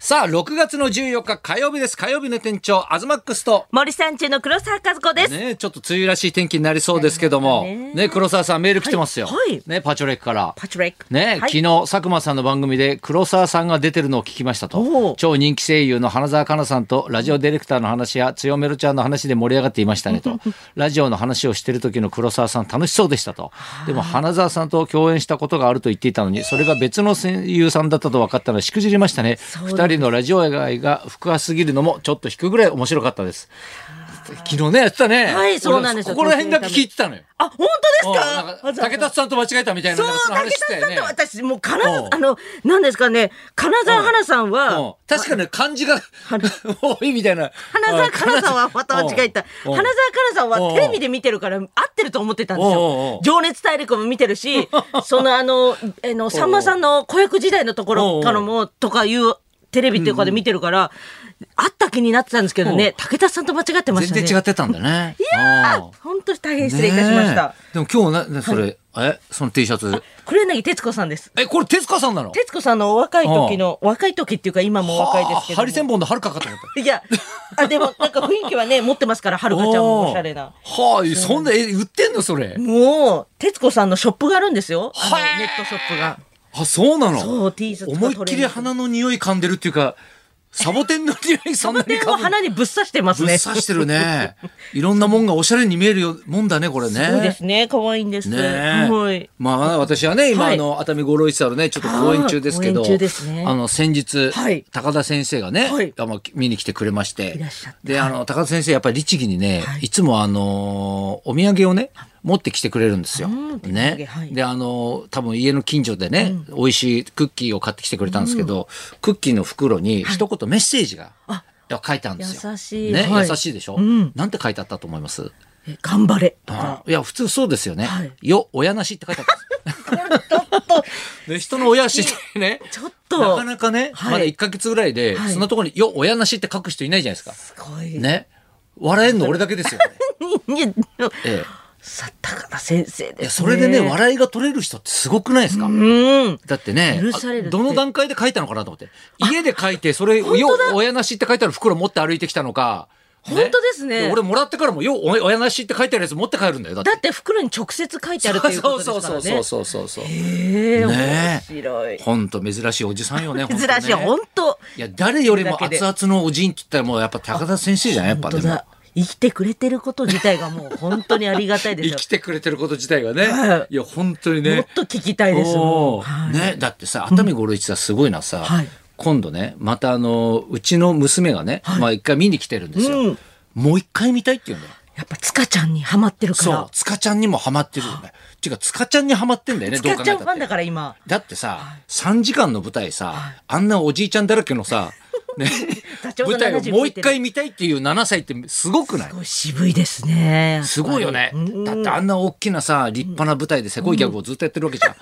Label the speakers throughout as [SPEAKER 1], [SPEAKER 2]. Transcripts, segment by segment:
[SPEAKER 1] さあ、6月の14日火曜日です。火曜日の店長、アズマックスと。
[SPEAKER 2] 森三中の黒沢和子です。
[SPEAKER 1] ねちょっと梅雨らしい天気になりそうですけども。
[SPEAKER 2] なりました
[SPEAKER 1] ね
[SPEAKER 2] ね
[SPEAKER 1] 黒沢さんメール来てますよ。
[SPEAKER 2] はいはい
[SPEAKER 1] ねパチョレックから。
[SPEAKER 2] パチュレック。
[SPEAKER 1] ね
[SPEAKER 2] はい
[SPEAKER 1] 昨日、佐久間さんの番組で黒沢さんが出てるのを聞きました
[SPEAKER 2] お
[SPEAKER 1] と
[SPEAKER 2] う。
[SPEAKER 1] 超人気声優の花澤香菜さんとラジオディレクターの話や強めろちゃんの話で盛り上がっていましたね と。ラジオの話をしてる時の黒沢さん楽しそうでしたと。でも花澤さんと共演したことがあると言っていたのに、それが別の声優さんだったと分かったのはしくじりましたね。
[SPEAKER 2] うです
[SPEAKER 1] 二人のラジオ愛が深すぎるのもちょっと引くぐらい面白かったです。昨日ね、やってたね。
[SPEAKER 2] はいそうなんですよ
[SPEAKER 1] 俺ここら辺だけ聞いてたのよ。
[SPEAKER 2] あ、本
[SPEAKER 1] う
[SPEAKER 2] 当
[SPEAKER 1] ん
[SPEAKER 2] で
[SPEAKER 1] なん
[SPEAKER 2] すか
[SPEAKER 1] か武田さんと間違えたみたいな
[SPEAKER 2] そう、
[SPEAKER 1] なんかその
[SPEAKER 2] 武
[SPEAKER 1] 話
[SPEAKER 2] 田
[SPEAKER 1] して
[SPEAKER 2] さん
[SPEAKER 1] ね
[SPEAKER 2] と私、もう、金
[SPEAKER 1] う
[SPEAKER 2] 沢、
[SPEAKER 1] ん
[SPEAKER 2] あの、なんですかね、金沢花さん
[SPEAKER 1] うん
[SPEAKER 2] は、
[SPEAKER 1] 確かに漢字が多いみたいな。
[SPEAKER 2] 花沢香菜さん はまた間違えた。
[SPEAKER 1] うん
[SPEAKER 2] 花沢香菜さんはテレビで見てるから合ってると思ってたんです
[SPEAKER 1] おうおうおう
[SPEAKER 2] よ。情熱大陸も見て るし、そのあの、えの、さんまさんの子役時代のところからも、とかいうテレビとかで見てるから、あった気になってたんですけどね、武田さんと間違ってましたね。
[SPEAKER 1] 全然違ってたんだね。い
[SPEAKER 2] あ本当に大変失礼いたしました。。
[SPEAKER 1] でも今日な、それ、え、その T シャツ。
[SPEAKER 2] 黒柳徹子さんです。
[SPEAKER 1] え、これ手塚さんなの
[SPEAKER 2] 徹子さんのお若い時の、お若い時っていうか今もお若いですけ
[SPEAKER 1] はあ
[SPEAKER 2] ども。
[SPEAKER 1] ハリセンボンのはるかかと思った。
[SPEAKER 2] いや、あ、でもなんか雰囲気はね、持ってますから、はるかちゃんもおしゃれな。
[SPEAKER 1] はい、そんな、え、売ってんのそれ。
[SPEAKER 2] もう、徹子さんのショップがあるんですよ。あの
[SPEAKER 1] へー
[SPEAKER 2] ネットショップが。
[SPEAKER 1] あ、そうなの
[SPEAKER 2] そう T シャツがトレ
[SPEAKER 1] 思
[SPEAKER 2] ン
[SPEAKER 1] い
[SPEAKER 2] ド
[SPEAKER 1] っきり鼻の匂い噛んでるっていうか、サボテンの匂 いそんなに
[SPEAKER 2] 点
[SPEAKER 1] 噛
[SPEAKER 2] を
[SPEAKER 1] んでる。
[SPEAKER 2] 鼻にぶっ刺してます
[SPEAKER 1] ぶっ
[SPEAKER 2] ね。
[SPEAKER 1] 刺してるね。いろんなもんがおしゃれに見えるよもんだね、これね。
[SPEAKER 2] そう ですね。可愛いんです。
[SPEAKER 1] ねえ
[SPEAKER 2] はい。
[SPEAKER 1] まあ私はね今、
[SPEAKER 2] はい
[SPEAKER 1] あの熱海五郎一座のねちょっと公演中ですけど
[SPEAKER 2] あー公演中ですね
[SPEAKER 1] あの先日、
[SPEAKER 2] はい
[SPEAKER 1] 高田先生がね、
[SPEAKER 2] はい
[SPEAKER 1] あの見に来てくれまして
[SPEAKER 2] いらっしゃって
[SPEAKER 1] であの高田先生やっぱり律儀にね、
[SPEAKER 2] はい
[SPEAKER 1] い、つもあのお土産をね持ってきてくれるんですよ。
[SPEAKER 2] うん手土産
[SPEAKER 1] ね、
[SPEAKER 2] はい
[SPEAKER 1] であの多分家の近所でね、美味しいクッキーを買ってきてくれたんですけど、クッキーの袋に一言メッセージが、
[SPEAKER 2] あ
[SPEAKER 1] 書いてあるんですよ。
[SPEAKER 2] 優しい
[SPEAKER 1] ね、
[SPEAKER 2] はい
[SPEAKER 1] 優しいでしょ、
[SPEAKER 2] うん
[SPEAKER 1] なんて書いてあったと思います
[SPEAKER 2] え頑張れ。と
[SPEAKER 1] あ
[SPEAKER 2] か。
[SPEAKER 1] いや普通そうですよね。
[SPEAKER 2] はい
[SPEAKER 1] よ親なしって書いてあったんです。
[SPEAKER 2] ちょっ と、
[SPEAKER 1] で人の親知ってね。
[SPEAKER 2] ちょっ
[SPEAKER 1] な
[SPEAKER 2] と
[SPEAKER 1] か、なかね、
[SPEAKER 2] はい
[SPEAKER 1] まだ1ヶ月ぐらいで、
[SPEAKER 2] はい
[SPEAKER 1] そんなところに、よ、親なしって書く人いないじゃないですか。
[SPEAKER 2] すごい。
[SPEAKER 1] ね。笑えんの俺だけですよ、これ
[SPEAKER 2] いや
[SPEAKER 1] え
[SPEAKER 2] さ、高田先生
[SPEAKER 1] え。い
[SPEAKER 2] で
[SPEAKER 1] や、
[SPEAKER 2] す
[SPEAKER 1] そ
[SPEAKER 2] ね。
[SPEAKER 1] れでね、笑いが取れる人ってすごくないですか
[SPEAKER 2] うん。
[SPEAKER 1] だってね
[SPEAKER 2] 許されるっ、て
[SPEAKER 1] どの段階で書いたのかなと思って。家で書いて、それ、よ、親なしって書いてある袋持って歩いてきたのか。ね
[SPEAKER 2] 本当ですね
[SPEAKER 1] 俺もらってからも、よ、お親なしって書いてあるやつ持って帰るんだよ。だって
[SPEAKER 2] だ。って袋に直接書いてあるっていうことです
[SPEAKER 1] そ
[SPEAKER 2] か
[SPEAKER 1] うそ
[SPEAKER 2] ら
[SPEAKER 1] う
[SPEAKER 2] ね。
[SPEAKER 1] そうそうそうそう。
[SPEAKER 2] へ
[SPEAKER 1] ね
[SPEAKER 2] え、面
[SPEAKER 1] え
[SPEAKER 2] 白い。
[SPEAKER 1] ほんと珍しいおじさんよ ね、ほんとね
[SPEAKER 2] 珍しい、本当。
[SPEAKER 1] いや、誰よりも
[SPEAKER 2] だけ
[SPEAKER 1] 熱
[SPEAKER 2] で
[SPEAKER 1] 々のおじんって言ったらもうやっぱ高田先生じゃないやっぱ
[SPEAKER 2] 本
[SPEAKER 1] で
[SPEAKER 2] 当
[SPEAKER 1] も
[SPEAKER 2] だ。生きてくれてること自体がもう本当にありがたいです
[SPEAKER 1] 生
[SPEAKER 2] よ
[SPEAKER 1] き。てくれてること自体が
[SPEAKER 2] は
[SPEAKER 1] ね。
[SPEAKER 2] い
[SPEAKER 1] いや、本当に
[SPEAKER 2] もっ
[SPEAKER 1] ね。
[SPEAKER 2] と聞きたいですも
[SPEAKER 1] お
[SPEAKER 2] ん。
[SPEAKER 1] ー
[SPEAKER 2] はい
[SPEAKER 1] ね、だってさ、熱海五郎一さ、すごいなさ
[SPEAKER 2] はい、
[SPEAKER 1] 今度ね、またあの、うちの娘がね、まあ一回見に来てるんです
[SPEAKER 2] う
[SPEAKER 1] よ
[SPEAKER 2] ん。
[SPEAKER 1] もう一回見たいって言うんだよ。
[SPEAKER 2] やっぱ塚ちゃんにハマってるか
[SPEAKER 1] そ
[SPEAKER 2] ら
[SPEAKER 1] う、。塚ちゃんにもハマってるよね。ていうか、塚ちゃんにハマってんだよね、どう
[SPEAKER 2] 塚
[SPEAKER 1] 考え
[SPEAKER 2] ち
[SPEAKER 1] た
[SPEAKER 2] ゃ
[SPEAKER 1] っ
[SPEAKER 2] んファンだ
[SPEAKER 1] て。
[SPEAKER 2] から今。
[SPEAKER 1] だってさ、3時間の舞台さ、あんなおじいちゃんだらけの さ、ね、
[SPEAKER 2] ダチョウ
[SPEAKER 1] 舞
[SPEAKER 2] さん
[SPEAKER 1] 台を
[SPEAKER 2] 70
[SPEAKER 1] もう一
[SPEAKER 2] 超えて
[SPEAKER 1] 回
[SPEAKER 2] る
[SPEAKER 1] 見たいっていう7歳ってすごくない
[SPEAKER 2] すごい渋いですね。
[SPEAKER 1] すごいよね。だってあんな大きなさ、立派な舞台でせこいギャグをずっとやってるわけじゃん。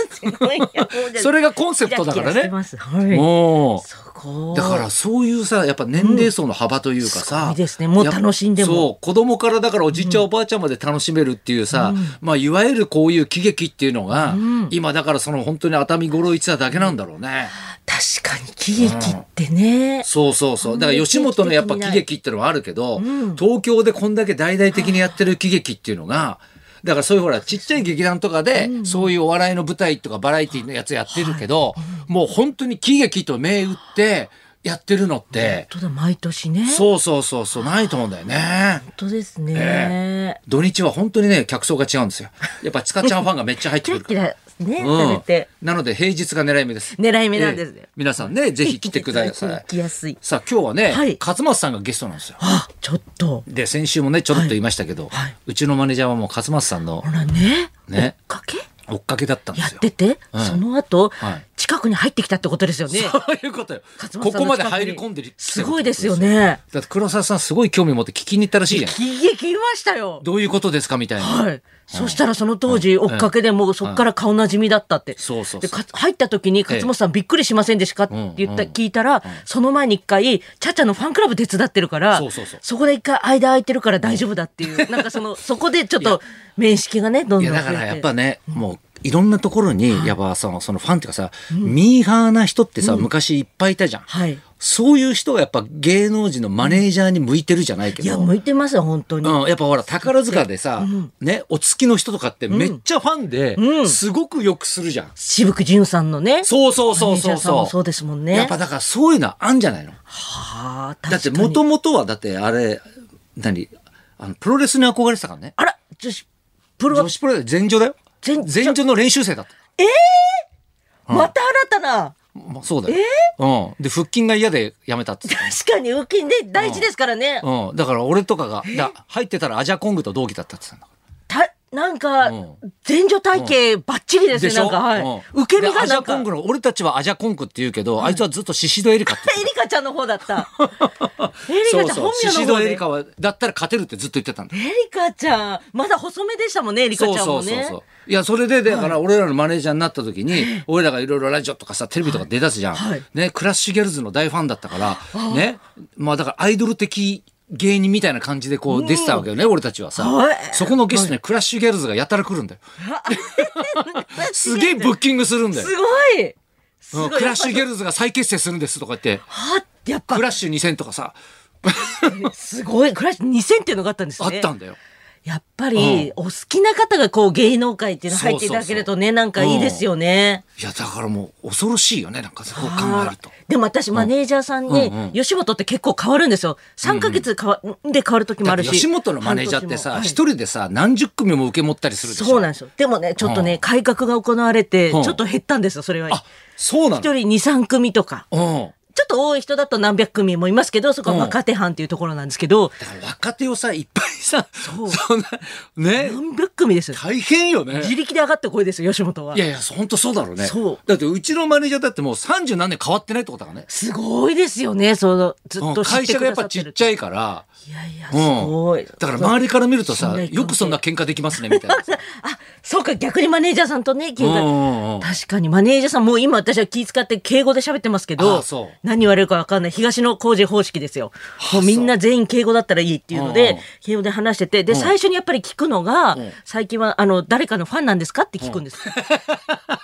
[SPEAKER 1] それがコンセプトだからね
[SPEAKER 2] キラキラしてますはい。
[SPEAKER 1] も
[SPEAKER 2] そこ
[SPEAKER 1] う。。だからそういうさ、やっぱ年齢層の幅というかさ。
[SPEAKER 2] うんすごいですねもう楽しんでも
[SPEAKER 1] やっぱそう、子供からだからおじいちゃんおばあちゃんまで楽しめるっていうさ、まあいわゆるこういう喜劇っていうのが、今だからその本当に熱海五郎一座だけなんだろうね。
[SPEAKER 2] 確かに喜劇ってね。
[SPEAKER 1] そうそうそう。だから吉本のやっぱ喜劇ってのはあるけど、
[SPEAKER 2] ん
[SPEAKER 1] 東京でこんだけ大々的にやってる喜劇っていうのが、だからそういうほら、ちっちゃい劇団とかで、そういうお笑いの舞台とかバラエティのやつやってるけど、もう本当に喜劇と銘打ってやってるのって、
[SPEAKER 2] 本当だ毎年ね。本
[SPEAKER 1] そうそうそうそう、ないと思うんだよね。
[SPEAKER 2] 当ですね。
[SPEAKER 1] 土日は本当にね、客層が違うんですよ。やっぱ、塚ちゃんファンがめっちゃ入って
[SPEAKER 2] キ
[SPEAKER 1] く
[SPEAKER 2] ラ
[SPEAKER 1] るか
[SPEAKER 2] キ
[SPEAKER 1] ら。
[SPEAKER 2] ラね
[SPEAKER 1] う
[SPEAKER 2] され
[SPEAKER 1] ん
[SPEAKER 2] て。
[SPEAKER 1] なので平日が狙い目です。
[SPEAKER 2] 狙い目なんですね
[SPEAKER 1] ええ皆さんね、ぜひ来てく ださ
[SPEAKER 2] 行
[SPEAKER 1] い。
[SPEAKER 2] きやすい。
[SPEAKER 1] さあ今日はね、
[SPEAKER 2] はい
[SPEAKER 1] 勝松さんがゲストなんですよ。
[SPEAKER 2] あ、ちょっと。
[SPEAKER 1] で先週もねちょろっと言いましたけど、
[SPEAKER 2] はいはいう
[SPEAKER 1] ちのマネージャーはもう勝松さんの
[SPEAKER 2] ほらね。
[SPEAKER 1] ね
[SPEAKER 2] 追っかけ
[SPEAKER 1] 追っかけだったんで
[SPEAKER 2] やっ
[SPEAKER 1] すよ。
[SPEAKER 2] てて、
[SPEAKER 1] はい
[SPEAKER 2] その後、
[SPEAKER 1] はい
[SPEAKER 2] 近くに入ってきたってことですよね。
[SPEAKER 1] そういうことよ。
[SPEAKER 2] 勝
[SPEAKER 1] こ
[SPEAKER 2] 俣さ
[SPEAKER 1] こ
[SPEAKER 2] んの
[SPEAKER 1] まで
[SPEAKER 2] 近く
[SPEAKER 1] 入
[SPEAKER 2] に
[SPEAKER 1] り込んでる。
[SPEAKER 2] すごいですよ。ね。
[SPEAKER 1] だって黒沢さんすごい興味持って聞きに行ったらしいじゃん。
[SPEAKER 2] 喜劇いましたよ。
[SPEAKER 1] どういうことですかみたいな。
[SPEAKER 2] はい。そしたらその当時追っかけでもうそっから顔なじみだったって。
[SPEAKER 1] そうそうそう
[SPEAKER 2] でか入った時に勝本さんびっくりしませんでしたかって言った、
[SPEAKER 1] うんうん
[SPEAKER 2] 聞いたら、その前に一回、チャチャのファンクラブ手伝ってるから、
[SPEAKER 1] そうそうそう
[SPEAKER 2] こで一回間空いてるから大丈夫だっていう、なんかその、そこでちょっと面識がね、どん
[SPEAKER 1] い
[SPEAKER 2] ど
[SPEAKER 1] や
[SPEAKER 2] ん増え
[SPEAKER 1] だ
[SPEAKER 2] て。
[SPEAKER 1] からやっぱね、もういろんなところに、やっぱその、そのファンっていうかさ、ミーハーな人ってさ、昔いっぱいいたじゃん。
[SPEAKER 2] はい。
[SPEAKER 1] そういう人がやっぱ芸能人のマネージャーに向いてるじゃないけ
[SPEAKER 2] いや、
[SPEAKER 1] ど。
[SPEAKER 2] 向いてますよ、本当に。
[SPEAKER 1] うん、やっぱほら宝塚でさ、ね、お月の人とかってめっちゃファンで、
[SPEAKER 2] うん
[SPEAKER 1] すごくよくするじゃん。
[SPEAKER 2] 渋く淳さんのね。
[SPEAKER 1] そうそうそう
[SPEAKER 2] マネージャ
[SPEAKER 1] そう
[SPEAKER 2] ーさん
[SPEAKER 1] そ
[SPEAKER 2] も
[SPEAKER 1] う。
[SPEAKER 2] そうですもんね。
[SPEAKER 1] やっぱだからそういうのはあんじゃないの
[SPEAKER 2] はあ、
[SPEAKER 1] だって
[SPEAKER 2] 確か
[SPEAKER 1] も
[SPEAKER 2] に。
[SPEAKER 1] ともとはだってあれ何あのプロレスに憧れてたからね
[SPEAKER 2] あら、女子、プロ
[SPEAKER 1] 女、子プロレス全女だよ
[SPEAKER 2] 全女
[SPEAKER 1] 全女の練習生だった
[SPEAKER 2] また新たな。
[SPEAKER 1] まあそうだよ、うん、で腹筋が嫌でやめたっつって
[SPEAKER 2] 確かに、浮きんで大事ですからね。
[SPEAKER 1] うん、だから俺とかがだ入ってたらアジャコングと同期だったって言ってたんだ
[SPEAKER 2] た、なんか
[SPEAKER 1] うん、
[SPEAKER 2] 前女体型バッチリです
[SPEAKER 1] で
[SPEAKER 2] ね、
[SPEAKER 1] し
[SPEAKER 2] なん
[SPEAKER 1] ょ
[SPEAKER 2] か、
[SPEAKER 1] う
[SPEAKER 2] はい。
[SPEAKER 1] ん
[SPEAKER 2] 受け身
[SPEAKER 1] で
[SPEAKER 2] が
[SPEAKER 1] アジ
[SPEAKER 2] なん
[SPEAKER 1] ャコ
[SPEAKER 2] か
[SPEAKER 1] ン、グの俺たちはアジャコングって言うけど、あいつはずっとシシドエリカって言って
[SPEAKER 2] エリカちゃんの方 だった。エリカちゃん、本
[SPEAKER 1] シ
[SPEAKER 2] 名
[SPEAKER 1] シ
[SPEAKER 2] の
[SPEAKER 1] ド
[SPEAKER 2] 方
[SPEAKER 1] エ
[SPEAKER 2] で
[SPEAKER 1] リ。カはだったら勝てるってずっと言ってたんだ
[SPEAKER 2] エリカちゃん、まだ細めでしたもんね、エリカちゃんもね。
[SPEAKER 1] ういやそれでだから俺らのマネージャーになった時に俺らがいろいろラジオとかさテレビとか出だすじゃん、
[SPEAKER 2] はい
[SPEAKER 1] ね、クラッシュギャルズの大ファンだったからねまあだからアイドル的芸人みたいな感じでこう出てたわけよね、俺たちはさ、
[SPEAKER 2] はい
[SPEAKER 1] そこのゲストにクラッシュギャルズがやたら来るんだよ、すげえブッキングするんだよ
[SPEAKER 2] すごいす
[SPEAKER 1] う
[SPEAKER 2] ご
[SPEAKER 1] ん
[SPEAKER 2] い
[SPEAKER 1] クラッシュギ
[SPEAKER 2] やっ
[SPEAKER 1] ャルズが再結成するんですとか言って
[SPEAKER 2] ぱはやっぱ
[SPEAKER 1] クラッシュ2000とかさ
[SPEAKER 2] すごいクラッシュ2000っていうのがあったんです
[SPEAKER 1] あっ
[SPEAKER 2] ね
[SPEAKER 1] たんだよ
[SPEAKER 2] やっぱり、お好きな方がこう芸能界っていうの入っていただけるとね
[SPEAKER 1] そうそうそう
[SPEAKER 2] なんかいいですよね、
[SPEAKER 1] いやだからもう恐ろしいよねなんかそう考えると
[SPEAKER 2] はいでも私マネージャーさんに、
[SPEAKER 1] うんうん
[SPEAKER 2] 吉本って結構変わるんですよ3ヶ月かわ、で変わる時もあるし
[SPEAKER 1] 吉本のマネージャーって
[SPEAKER 2] 半
[SPEAKER 1] さ
[SPEAKER 2] 年も
[SPEAKER 1] 一、人でさ何十組も受け持ったりするでしょ
[SPEAKER 2] そうなんですよでもねちょっとね、改革が行われてち
[SPEAKER 1] うん
[SPEAKER 2] ょっと減ったんですよそれは
[SPEAKER 1] あそうな
[SPEAKER 2] 一人23組とか
[SPEAKER 1] のうん
[SPEAKER 2] ちょっと多い人だと何百組もいますけどそこは若手班っていうところなんですけど、
[SPEAKER 1] だから若手をさいっぱいさ
[SPEAKER 2] そう
[SPEAKER 1] そんなね
[SPEAKER 2] 何百組ですよ
[SPEAKER 1] 大変よね
[SPEAKER 2] 自力で上がった声ですよ吉本はい
[SPEAKER 1] やいや本当そうだろうね
[SPEAKER 2] そう
[SPEAKER 1] だってうちのマネージャーだってもう三十何年変わってないってことだからね
[SPEAKER 2] すごいですよねそのずっ
[SPEAKER 1] うん
[SPEAKER 2] と知っ
[SPEAKER 1] 会
[SPEAKER 2] て
[SPEAKER 1] 社
[SPEAKER 2] く
[SPEAKER 1] がや
[SPEAKER 2] だ
[SPEAKER 1] っ
[SPEAKER 2] さ
[SPEAKER 1] ぱ
[SPEAKER 2] って
[SPEAKER 1] ちっ
[SPEAKER 2] る
[SPEAKER 1] ちゃいから
[SPEAKER 2] いやいやす
[SPEAKER 1] うん
[SPEAKER 2] ごい、
[SPEAKER 1] だから周りから見ると
[SPEAKER 2] 信
[SPEAKER 1] さ
[SPEAKER 2] 頼関係
[SPEAKER 1] よくそんな喧嘩できますねみたいなさ
[SPEAKER 2] あ そうか逆にマネージャーさんとね
[SPEAKER 1] うん
[SPEAKER 2] 喧
[SPEAKER 1] う
[SPEAKER 2] 嘩
[SPEAKER 1] んうん
[SPEAKER 2] 確かにマネージャーさんもう今私は気遣って敬語で喋ってますけ
[SPEAKER 1] あ
[SPEAKER 2] ど
[SPEAKER 1] そう
[SPEAKER 2] 何言われるか分かんない東野工事方式ですよもうみんな全員敬語だったらいいっていうの
[SPEAKER 1] うん
[SPEAKER 2] で
[SPEAKER 1] うん
[SPEAKER 2] 敬語で話しててで
[SPEAKER 1] ん
[SPEAKER 2] 最初にやっぱり聞くのが
[SPEAKER 1] ん
[SPEAKER 2] 最近はあの誰かのファンなんですかって聞くんです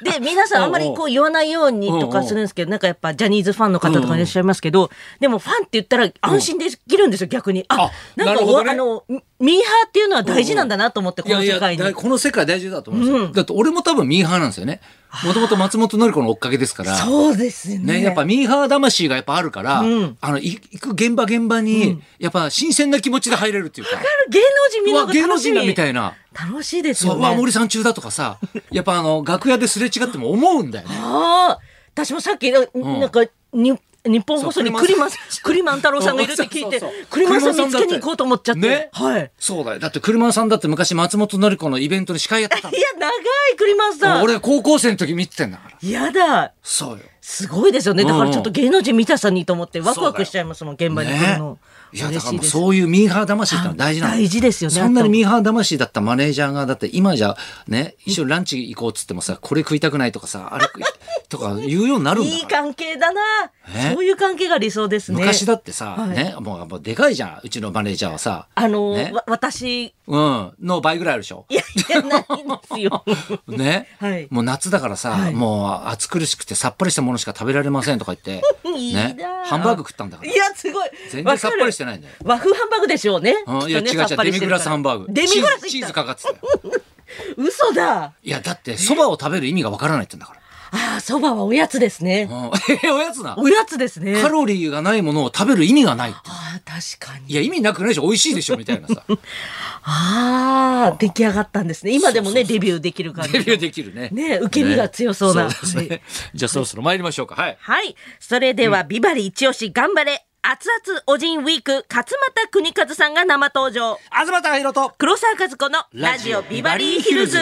[SPEAKER 2] で皆さんあんまりこう言わないようにと
[SPEAKER 1] うん
[SPEAKER 2] か
[SPEAKER 1] うん
[SPEAKER 2] するんですけどなんかやっぱジャニーズファンの方とかいらっしゃいますけどでもファンって言ったら安心できるんですよ逆に
[SPEAKER 1] あ
[SPEAKER 2] あなん
[SPEAKER 1] な
[SPEAKER 2] か
[SPEAKER 1] るほど
[SPEAKER 2] お
[SPEAKER 1] ね
[SPEAKER 2] あのミミーハーっていうのは大事なんだなと思ってこの世界に
[SPEAKER 1] だこの世界大事だと思うんですよ、だって俺も多分ミーハーなんですよねもともと松本紀子の追っかけですから
[SPEAKER 2] そうです
[SPEAKER 1] ね、やっぱミーハー魂がやっぱあるから、
[SPEAKER 2] うん
[SPEAKER 1] あのい行く現場現場に、やっぱ新鮮な気持ちで入れるっていうか、
[SPEAKER 2] 芸能人見
[SPEAKER 1] う
[SPEAKER 2] る
[SPEAKER 1] わ
[SPEAKER 2] のが
[SPEAKER 1] 芸能
[SPEAKER 2] 楽し
[SPEAKER 1] 人だ
[SPEAKER 2] み
[SPEAKER 1] みたいな、
[SPEAKER 2] 楽しいです
[SPEAKER 1] そう
[SPEAKER 2] よ
[SPEAKER 1] うわ
[SPEAKER 2] ね。
[SPEAKER 1] 森さん中だとか さ、やっぱあの楽屋ですれ違っても思うんだよね。
[SPEAKER 2] ああ、私もさっき、
[SPEAKER 1] ん
[SPEAKER 2] なんか、に、日本放送に
[SPEAKER 1] そう
[SPEAKER 2] クリマン
[SPEAKER 1] 栗松、
[SPEAKER 2] クリマン太郎さんがいるって聞いて
[SPEAKER 1] そうそうそう、
[SPEAKER 2] クリマンさん見つけに行こうと思っちゃっ
[SPEAKER 1] ね
[SPEAKER 2] て。はい。
[SPEAKER 1] そうだよ、だって車さんだって昔松本紀子のイベントに司会やってた
[SPEAKER 2] いや、長いクリマンさ
[SPEAKER 1] の。
[SPEAKER 2] ん。
[SPEAKER 1] 俺高校生の時見てたんだから。
[SPEAKER 2] やだ。
[SPEAKER 1] そうよ。
[SPEAKER 2] すごいですよね。だか
[SPEAKER 1] う
[SPEAKER 2] ら
[SPEAKER 1] ん
[SPEAKER 2] ちょっと芸能人見たさにと思ってワクワ
[SPEAKER 1] そうだよ
[SPEAKER 2] クしちゃいますもん、現場に来る
[SPEAKER 1] ね
[SPEAKER 2] の。。
[SPEAKER 1] いやだから
[SPEAKER 2] 嬉
[SPEAKER 1] も
[SPEAKER 2] しいうです。
[SPEAKER 1] そういうミーハー魂ってのは大事なの
[SPEAKER 2] 大事ですよね
[SPEAKER 1] そんなにミーハー魂だったマネージャーがだって今じゃね一緒にランチ行こうっつってもさこれ食いたくないとかさあれ食いとか言うようになるんだから
[SPEAKER 2] いい関係だな
[SPEAKER 1] ね。
[SPEAKER 2] そういう関係が理想ですね。
[SPEAKER 1] 昔だってさ、
[SPEAKER 2] はい
[SPEAKER 1] ねもうもうでかいじゃんうちのマネージャーはさ
[SPEAKER 2] あの
[SPEAKER 1] ね
[SPEAKER 2] ー、わ私、
[SPEAKER 1] うんの倍ぐらいあるでし ょ
[SPEAKER 2] いや、いや、ないんで すよ。
[SPEAKER 1] ね、
[SPEAKER 2] はい
[SPEAKER 1] もう夏だからさ、
[SPEAKER 2] はい
[SPEAKER 1] もう暑苦しくてさっぱりしたものしか食べられませんとか言って、
[SPEAKER 2] いいな
[SPEAKER 1] ね、ハンバーグ食ったんだか
[SPEAKER 2] い
[SPEAKER 1] ら
[SPEAKER 2] や、すごい。
[SPEAKER 1] 全然さっぱりして
[SPEAKER 2] ない。
[SPEAKER 1] ないんだよ
[SPEAKER 2] 和風ハンバーグでしょうね。
[SPEAKER 1] うん、い
[SPEAKER 2] き
[SPEAKER 1] や
[SPEAKER 2] っとね
[SPEAKER 1] 違う
[SPEAKER 2] さ
[SPEAKER 1] 違
[SPEAKER 2] っ
[SPEAKER 1] う
[SPEAKER 2] ぱ
[SPEAKER 1] デ
[SPEAKER 2] り
[SPEAKER 1] ミ
[SPEAKER 2] し
[SPEAKER 1] グ
[SPEAKER 2] てる
[SPEAKER 1] ラ
[SPEAKER 2] から
[SPEAKER 1] スハンバーグ
[SPEAKER 2] デミグラスいった
[SPEAKER 1] チーズチーズかかってたよ
[SPEAKER 2] 嘘だ。
[SPEAKER 1] いやだってそばを食べる意味がわからないって言うんだから
[SPEAKER 2] ああ、そばはおやつですね。
[SPEAKER 1] うん えおやつな
[SPEAKER 2] おやつですね。
[SPEAKER 1] カロリーがないものを食べる意味がないって
[SPEAKER 2] ああ、確かに。
[SPEAKER 1] いや意味なくないでしょ美味しいでしょみたいなさデ
[SPEAKER 2] ああ、出来上がったんですね。今でも
[SPEAKER 1] そうそう
[SPEAKER 2] ね、
[SPEAKER 1] そう
[SPEAKER 2] デビューできる感じ。
[SPEAKER 1] ビューできるね
[SPEAKER 2] ね受け身が強そうな
[SPEAKER 1] ねそですねじゃあそろそろ参りましょうかはい
[SPEAKER 2] はい。それでは、ビバリー一押し頑張れ。熱々おじんウィーク、勝俣邦和さんが生登場。
[SPEAKER 1] 東貴博と
[SPEAKER 2] 黒沢和子のラジオビバリーヒルズ。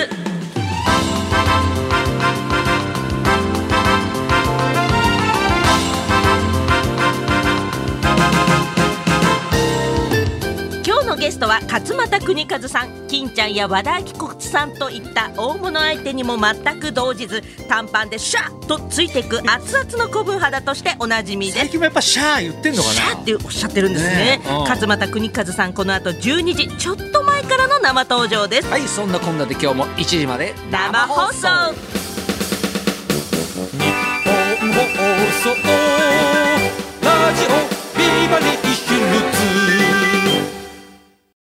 [SPEAKER 2] 今日のゲストはは勝俣邦和さん金ちゃんや和田アキ子さんといった大物相手にも全く動じず短パンでシャッとついていく熱々の古文肌としておなじみです
[SPEAKER 3] 最近もやっぱシャー言ってんのかな
[SPEAKER 2] シャーっておっしゃってるんですね
[SPEAKER 3] ねえうん
[SPEAKER 2] 勝俣邦和さんこの後12時ちょっと前からの生登場です
[SPEAKER 1] はいそんなこんなで今日も1時まで
[SPEAKER 2] 生放送
[SPEAKER 3] 日本放送